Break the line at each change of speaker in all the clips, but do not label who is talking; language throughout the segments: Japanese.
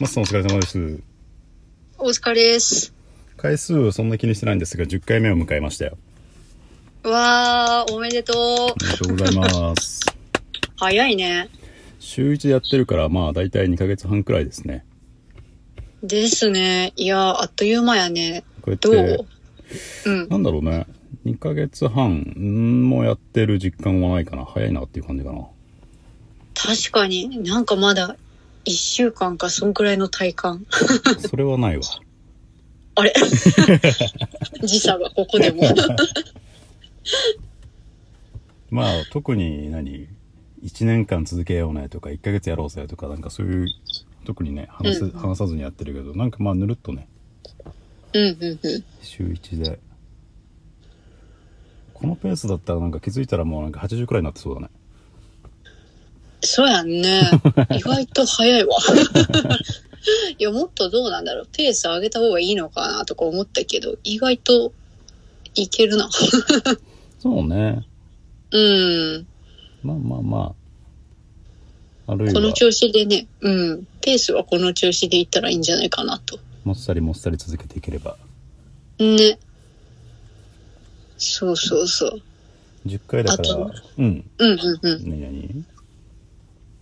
マスさんお疲れ様です。
お疲れです。
回数をそんな気にしてないんですが、10回目を迎えましたよ。
わー、おめでと
ありがとうございます。
う。早いね。
週1でやってるから、まあ大体2ヶ月半くらいですね。
ですね。いやー、あっという間やね。
こうやっ
ど
て
う、うん。
なんだろうね。2ヶ月半んもやってる実感はないかな。早いなっていう感じかな。
確かになんかまだ1週間か、そんくらいの体感。
それはないわ。
あれ時差がここでも。
まあ特に何、1年間続けようねとか、1ヶ月やろうぜとか、なんかそういう、特にね、話せ
うん
話さずにやってるけど、なんかまあぬるっとね、
うんうんうん。
週1で。このペースだったらなんか気づいたらもうなんか80くらいになってそうだね。
そうやんね。意外と早いわ。 いや、もっとどうなんだろう。ペース上げた方がいいのかなとか思ったけど、意外といけるな。
そうね。
うん。
まあまあまあ。あるい
この
は、
調子でね、うん、ペースはこの調子でいったらいいんじゃないかなと。
もっさりもっさり続けていければ。
ね。そうそうそう。
10回だから
あと、
うん。
うんうんうん。
何々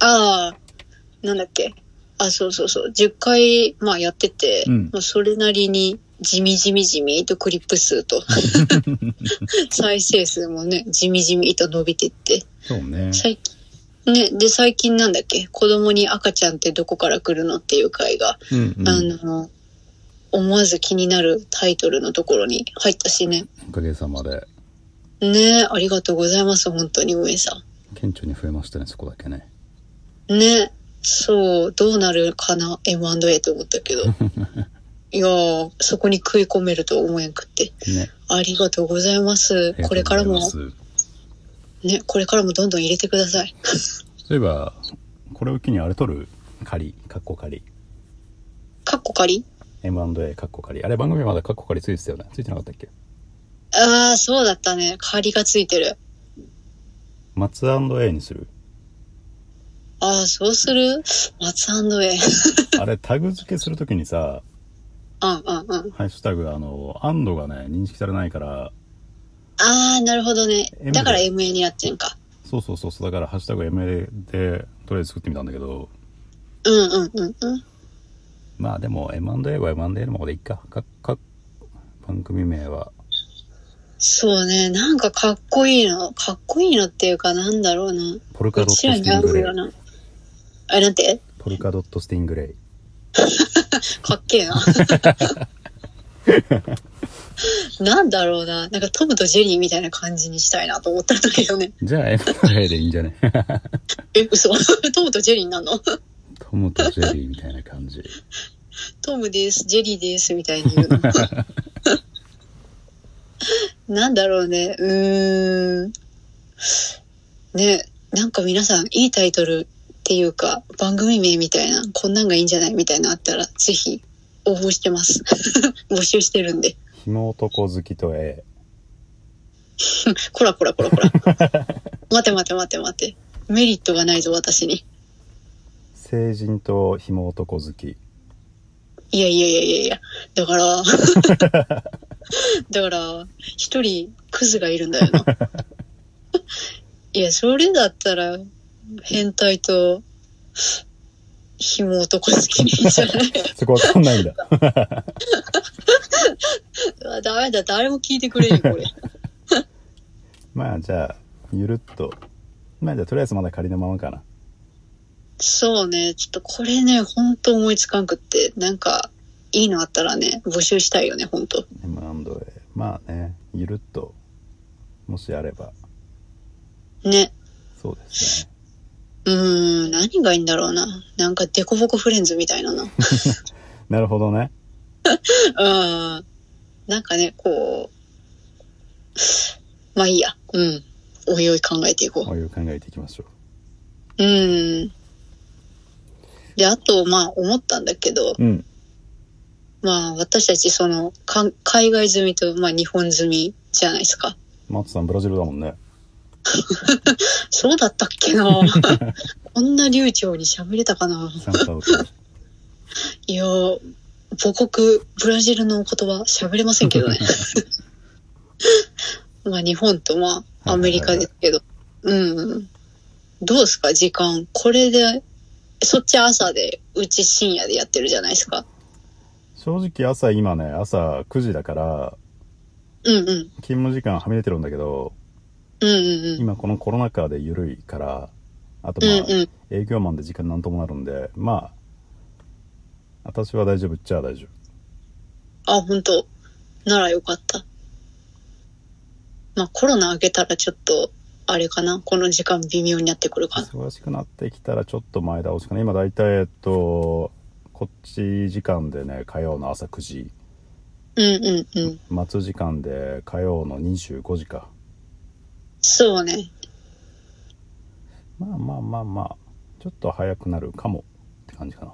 ああ、なんだっけ。あ、そうそうそう。10回、まあやってて、
うん
まあそれなりに、地味地味地味とクリップ 数と、再生数もね、地味地味と伸びてって、
そうね。
最近、ね、で、最近なんだっけ、子供に赤ちゃんってどこから来るのっていう回が、
うんうん。
あの、思わず気になるタイトルのところに入ったしね。
おかげさまで、
ねえ、ありがとうございます、本当に、上さ
顕著に増えましたね、そこだけね。
ん。ねえ、そう、どうなるかな、M&A と思った けど。いやー、そこに食い込めるとは思えんくって。
ね。
ありがとうございます。 これから
ありが
も
と、うございます
ね、これからもどんどん入れてください。
そういえば、これを機にあれ取る仮、カッコ仮。
カッコ仮
M&A カッコ仮。あれ番組まだカッコ仮ついてたよね。ついてなかったっけ
ああ、そうだったね。仮がついてる。
松 &A にする。
ああ、そうする松 &A。
あれ、タグ付けするときにさ、
うんうんうん。
ハッシュタグ、あの、アンドがね、認識されないから、
ああ、なるほどね
M。
だから MA になってんか。
そうそうそうそう、だから、ハッシュタグ MA で、とりあえず作ってみたんだけど、
うんうんうんうん。
まあでも、M&A は M&A のままでいっか。か、か、番組名は。
そうね、なんかかっこいいの。かっこいいのっていうかなんだろうな。
ポルカ
う
ドットス
ち
テ
らに
ィ
合
ング
う
レイ
よ。な。あ、なんて
ポルカドットスティングレイ。
かっけえな。なんだろうな。なんかトムとジェリーみたいな感じにしたいなと思ったんだけどね。
じゃあ M&A でいいんじゃね
え、嘘 トムとジェリーになんの
トムとジェリーみたいな感じ。
トムです、ジェリーです、みたいに言うの。なんだろうね。うーん。ね、なんか皆さん、いいタイトルっていうか、番組名みたいな、こんなんがいいんじゃないみたいなのあったら、ぜひ、応募してます。 募集してるんで。
ひも男好きと A。
こらこらこらこら。待て待て待て待て。メリットがないぞ、私に。
成人とひも男好き。
いやいやいやいやいや。だから、 だから、一人クズがいるんだよな。いや、それだったら、変態と、紐男好きにいいじゃない
そこわかんないんだ。
うわ ダメだ、誰も聞いてくれねえ、これ。
まあじゃあ、ゆるっと。まあじゃあ、とりあえずまだ仮のままかな。
そうね、ちょっとこれね、ほんと思いつかんくって、なんか、いいのあったらね、募集したいよね、ほんと。
M&A。まあね、ゆるっと。もしあれば。
ね。
そうですね。
うーん、何がいいんだろうな。なんか、デコボコフレンズみたいなな。
なるほどね。
うん。なんかね、こう、まあいいや。うん。おいおい考えていこ
こういう考えていきましょ
う。うん。で、あと、まあ思ったんだけど、
う。うん。
まあ私たちその、か海外済みと、まあ日本済みじゃないですか。
松さん、ブラジルだもんね。
そうだったっけなこんな流暢に喋れたかな
サンタウト。
いやー、母国、ブラジルのお言葉喋れませんけど ね。まあ日本とまあアメリカですけど。うん。どうですか時間。これで、そっち朝で、うち深夜でやってるじゃないですか。
正直朝今ね、朝9時だから、
うんうん。
勤務時間はみ出てるんだけど、
うんうんうん。
今このコロナ禍で緩いから、あと
う
まあ、
んうん。
営業マンで時間なんともなるんで、まあ、私は大丈夫っちゃ大丈
あ、本当ならよかった。まあコロナ明けたらちょっと、あれかなこの時間微妙になってくるかな。
夫。忙しくなってきたらちょっと前倒しかな。今大体、えっと、こっち時間でね、火曜の朝9時、
うんうんうん。
待つ時間で火曜の25時か。
そうね。
まあまあまあまあ、ちょっと早くなるかもって感じ かな。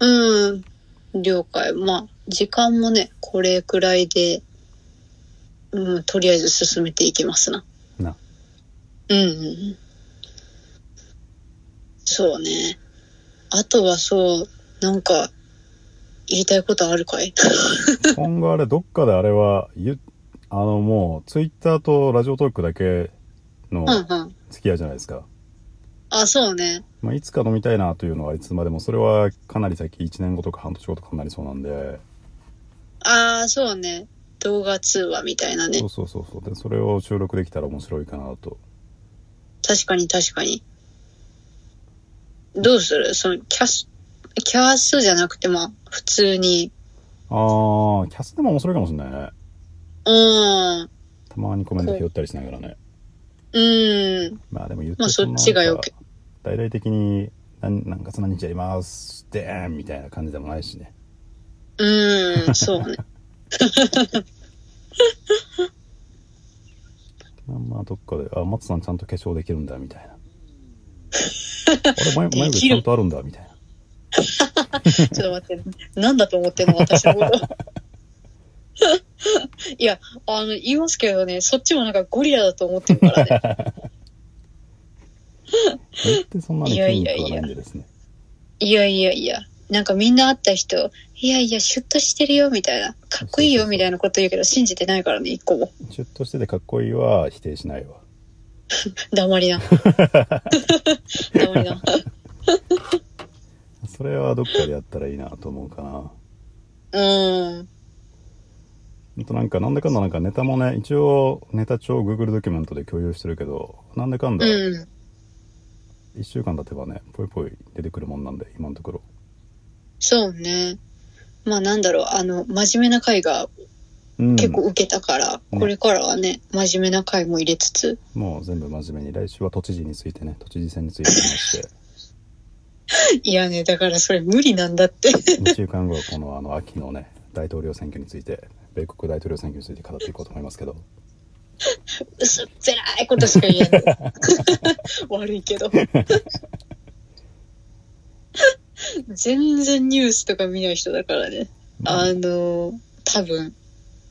うん。了解。まあ、時間もね、これくらいで、うん、とりあえず進めていきますな。
な。
うんうんうん。そうね。あとはそう、なんか、言いたいことあるかい
今後あれ、どっかであれは、ゆあのもう、ツイッターとラジオトークだけの
うんうん。
付き合いじゃないですか。
あ、そうね。
まあ、いつか飲みたいなというのはいつまでも、それはかなり先、1年後とか半年後とかになりそうなんで、
ああ、そうね。動画通話みたいなね
そう。そうそうそう。で、それを収録できたら面白いかなと。
確かに確かに。どうするその、キャス、キャスじゃなくて、まあ、普通に、
あー、キャスでも面白いかもしれないね。
うん。
たまにコメント拾ったりしながらね。
うん。
まあでも言って
まあ
そ
そ
ん
っ
な
ちがよけ
大々的に、なんなんか何日やります、でーんみたいな感じでもないしね。
うん。そうね。
まあまあどっかで、あ、松さんちゃんと化粧できるんだ、みたい な。俺眉眉毛ちゃんとあるんだ、みたいな。
ちょっと待って。なんだと思ってんの私のこと。 いや、あの、言いますけどね、そっちもなんかゴリラだと思ってるからね。
言ってそんなに
いやい
筋
やいや
肉がないんでですね。
いやいやいや。なんかみんな会った人、いやいや、シュッとしてるよ、みたいな。かっこいいよ、みたいなこと言うけど、信じてないからね、一個も。
シュッとしててかっこいいは否定しないわ。
黙りな。黙りな。
それはどっかでやったらいいなと思うかな。
うん。
あとなんか、なんだかんだなんかネタもね、一応ネタ帳 Google ドキュメントで共有してるけど、なんだかんだ1
うん。
週間経てばね、ぽいぽい出てくるもんなんで、今のところ。
そうね。まあなんだろう、あの、真面目な回が
うん。
結構受けたから、
うん
これからはね、真面目な回も入れつつ、
もう全部真面目に、来週は都知事についてね、都知事選について話して、
いやね、だからそれ無理なんだって。
2週間後はこのあの秋のね、大統領選挙について、米国大統領選挙について語っていこうと思いますけど、
薄っぺらいことしか言えない。悪いけど。全然ニュースとか見ない人だからね。あの、多分、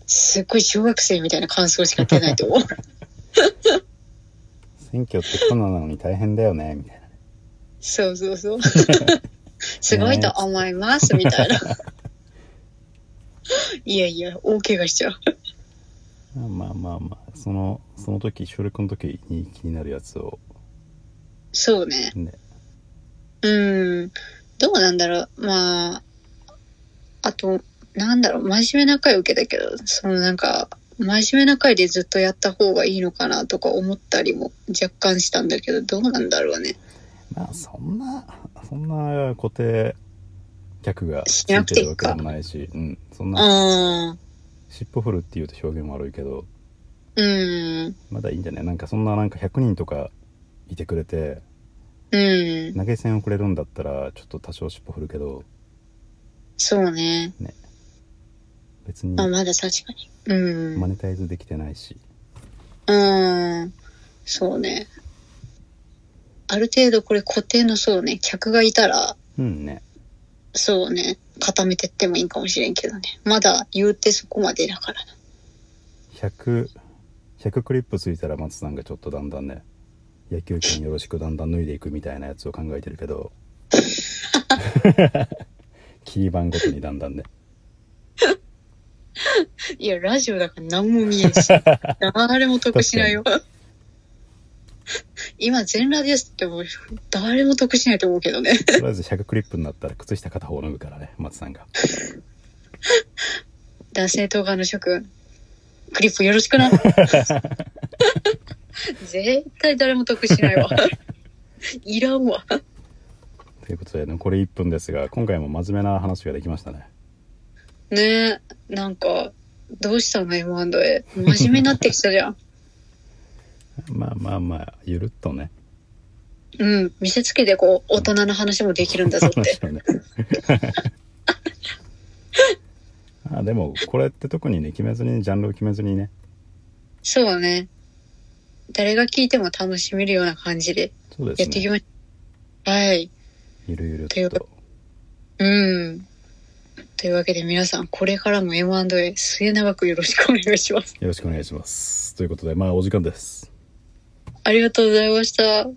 すっごい小学生みたいな感想しか出ないと思う。
選挙ってコロナなのに大変だよね、みたいな。
そうそうそう。すごいと思います、みたいな。いやいや、大怪我しちゃう。
まあまあまあ、その、その時、収録の時に気になるやつを、
そうね。
ね、
うん。どうなんだろう。まあ、あと、なんだろう、真面目な回受けたけど、そのなんか、真面目な回でずっとやった方がいいのかなとか思ったりも若干したんだけど、どうなんだろうね。
まあそんなそんな固定客がついてるわけでもないしうん、そんな
あ
尻尾振るっていうと表現悪いけど
ーうん。
まだいいんじゃないなんかそんななんか100人とかいてくれて
うん。
投げ銭をくれるんだったらちょっと多少尻尾振るけど
そうね。
別に
まあ、まだ確かに。うん
マ。ネタイズできてないし
うん。そうね。ある程度これ固定のそうね、客がいたら、
うんね
そうね、固めてってもいいかもしれんけどね。まだ言うてそこまでだからな。
100 100クリップついたら松さんがちょっとだんだんね野球 拳よろしくだんだん脱いでいくみたいなやつを考えてるけど切り板ごとにだんだんで。
いや、ラジオだから何も見えん し。誰も得しないよ。今、全裸ですって思う。誰も得しないと思うけどね。
とりあえず100クリップになったら靴下片方脱ぐからね、松さんが。
男性動画の諸君、クリップよろしく な。絶対誰も得しない わ。いらんわ。
ということで、残り1分ですが、今回も真面目な話ができましたね。
ねえ、なんか、どうしたの ?M&A。真面目になってきたじゃん。
まあまあまあ、ゆるっとね。
うん、見せつけてこう、大人の話もできるんだぞって
話。をね。あでも、これって特にね、決めずに、ジャンルを決めずにね、
そうね。誰が聞いても楽しめるような感じで
そうです
やっていき
ね。
ましょう。はい。
ゆるゆる
とい
っ。
うことうん。というわけで皆さん、これからも M&A 末永くよろしくお願いします。
よろしくお願いします。ということで、まあ、お時間です。
ありがとうございました。